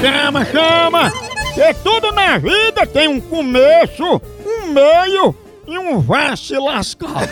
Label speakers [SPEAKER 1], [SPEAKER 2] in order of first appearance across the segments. [SPEAKER 1] Chama, chama! Porque tudo na vida tem um começo, um meio e um vá se lascar.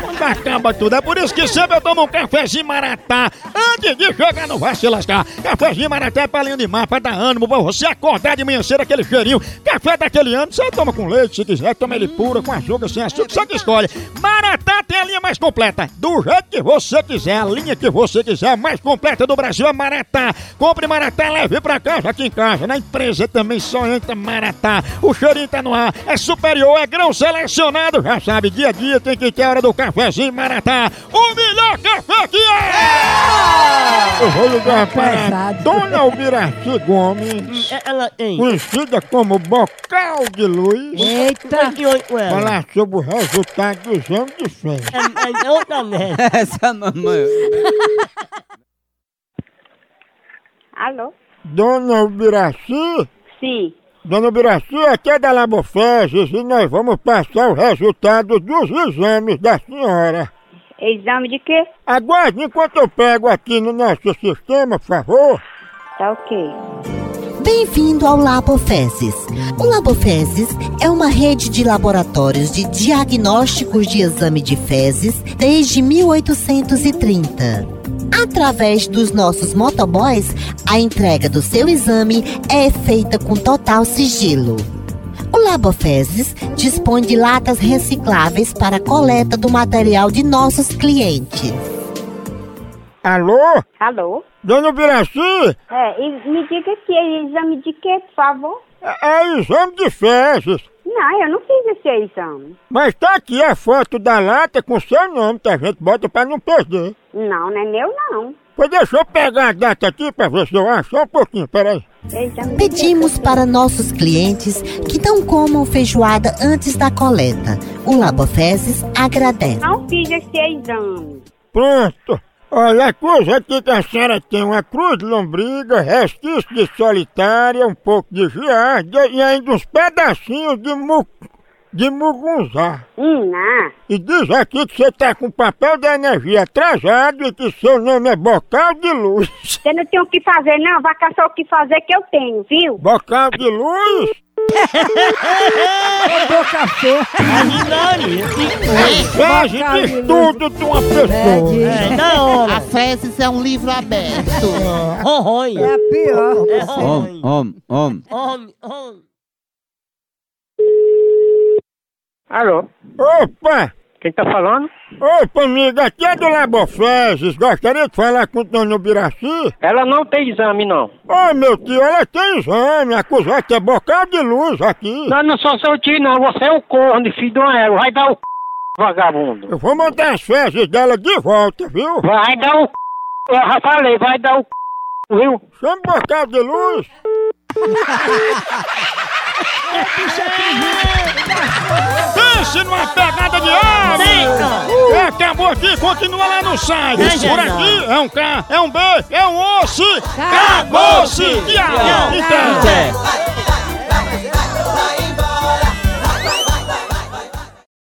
[SPEAKER 1] Quando acaba tudo, é por isso que sempre eu tomo um cafezinho maratá antes de chegar no vá se lascar. Cafezinho maratá é palinho de mar, pra dar ânimo, pra você acordar de manhã cedo aquele cheirinho. Café daquele ano, você toma com leite se quiser, toma ele puro, com açúcar, sem açúcar, você que escolhe. Maratá tem a linha mais completa, do jeito que você quiser, a linha que você quiser, a mais completa do Brasil é Maratá. Compre Maratá, leve pra casa, aqui em casa, na empresa também só entra Maratá. O cheirinho tá no ar, é superior, é grão selecionado, já sabe, dia a dia tem que ter a hora do cafezinho Maratá. O melhor café que é! É. Eu vou ligar para
[SPEAKER 2] Pesado.
[SPEAKER 1] Dona Almiraci Gomes,
[SPEAKER 3] Ela tem.
[SPEAKER 1] conhecida como Bocal de Luz,
[SPEAKER 2] Eita!
[SPEAKER 3] 58 anos.
[SPEAKER 1] falar sobre o resultado do exame de fé.
[SPEAKER 3] É, mas eu também.
[SPEAKER 4] Essa mamãe.
[SPEAKER 5] Alô?
[SPEAKER 1] Dona Albiraci,
[SPEAKER 5] Sim.
[SPEAKER 1] Dona Albiraci, aqui é da Labofeses e nós vamos passar o resultado dos exames da senhora.
[SPEAKER 5] Exame de quê?
[SPEAKER 1] Aguarde enquanto eu pego aqui no nosso sistema, por favor.
[SPEAKER 5] Tá ok.
[SPEAKER 6] Bem-vindo ao Labofeses. O Labofeses é uma rede de laboratórios de diagnósticos de exame de fezes desde 1830. Através dos nossos motoboys, a entrega do seu exame é feita com total sigilo. O Labofeses dispõe de latas recicláveis para a coleta do material de nossos clientes.
[SPEAKER 1] Alô?
[SPEAKER 5] Alô?
[SPEAKER 1] Dona Albiraci,
[SPEAKER 5] É, e me diga que é exame de quê, por favor?
[SPEAKER 1] é, é exame de fezes.
[SPEAKER 5] Não, eu não fiz esse exame.
[SPEAKER 1] Mas tá aqui a foto da lata com seu nome, que a gente bota pra não perder.
[SPEAKER 5] Não, não é meu, não.
[SPEAKER 1] Pois deixa eu pegar a data aqui pra ver se eu acho. Só um pouquinho, peraí.
[SPEAKER 5] Exame de quê?
[SPEAKER 6] Pedimos para nossos clientes que não comam feijoada antes da coleta. O Labofeses agradece.
[SPEAKER 5] Não fiz esse exame.
[SPEAKER 1] Pronto. Olha, a cruz aqui que a senhora tem uma cruz de lombriga, resquício de solitária, um pouco de giardia e ainda uns pedacinhos de mu... de mugunzá.
[SPEAKER 5] Hum, não.
[SPEAKER 1] E diz aqui que você tá com papel da energia atrasado e que seu nome é Bocal de Luz.
[SPEAKER 5] Você não tem o que fazer, não. Vai caçar o que fazer que eu tenho, viu?
[SPEAKER 1] Bocal de Luz?
[SPEAKER 3] Ajudaria.
[SPEAKER 1] Fase de estudo de uma pessoa.
[SPEAKER 3] É, da hora.
[SPEAKER 7] Fezes é um livro aberto.
[SPEAKER 3] Horror.
[SPEAKER 2] É a pior.
[SPEAKER 3] É
[SPEAKER 4] Homem,
[SPEAKER 3] horror.
[SPEAKER 4] homem, homem.
[SPEAKER 3] Homem, homem.
[SPEAKER 8] Alô,
[SPEAKER 1] Opa!
[SPEAKER 8] quem tá falando?
[SPEAKER 1] Opa, amiga, aqui é do Labofeses. Gostaria de falar com o Dona Ubiraci?
[SPEAKER 8] Ela não tem exame, não.
[SPEAKER 1] Ô meu tio, ela tem exame, acusar que é bocal de luz aqui.
[SPEAKER 8] Não, não sou seu tio, não. Você é um corno, filho de uma égua. Vai dar o c... vagabundo.
[SPEAKER 1] Eu vou mandar as fezes dela de volta, viu?
[SPEAKER 8] Vai dar o c... Eu já falei, vai dar o c... Viu?
[SPEAKER 1] Chama bocal de luz. Pense numa pegada de homem!
[SPEAKER 3] Eita!
[SPEAKER 1] Uh! Acabou aqui, continua lá no site.
[SPEAKER 3] É,
[SPEAKER 1] Por
[SPEAKER 3] Geraldo.
[SPEAKER 1] aqui é um K, é um B, é um osso.
[SPEAKER 2] Acabou-se!
[SPEAKER 1] Acabou-se! E aí, então?
[SPEAKER 4] É.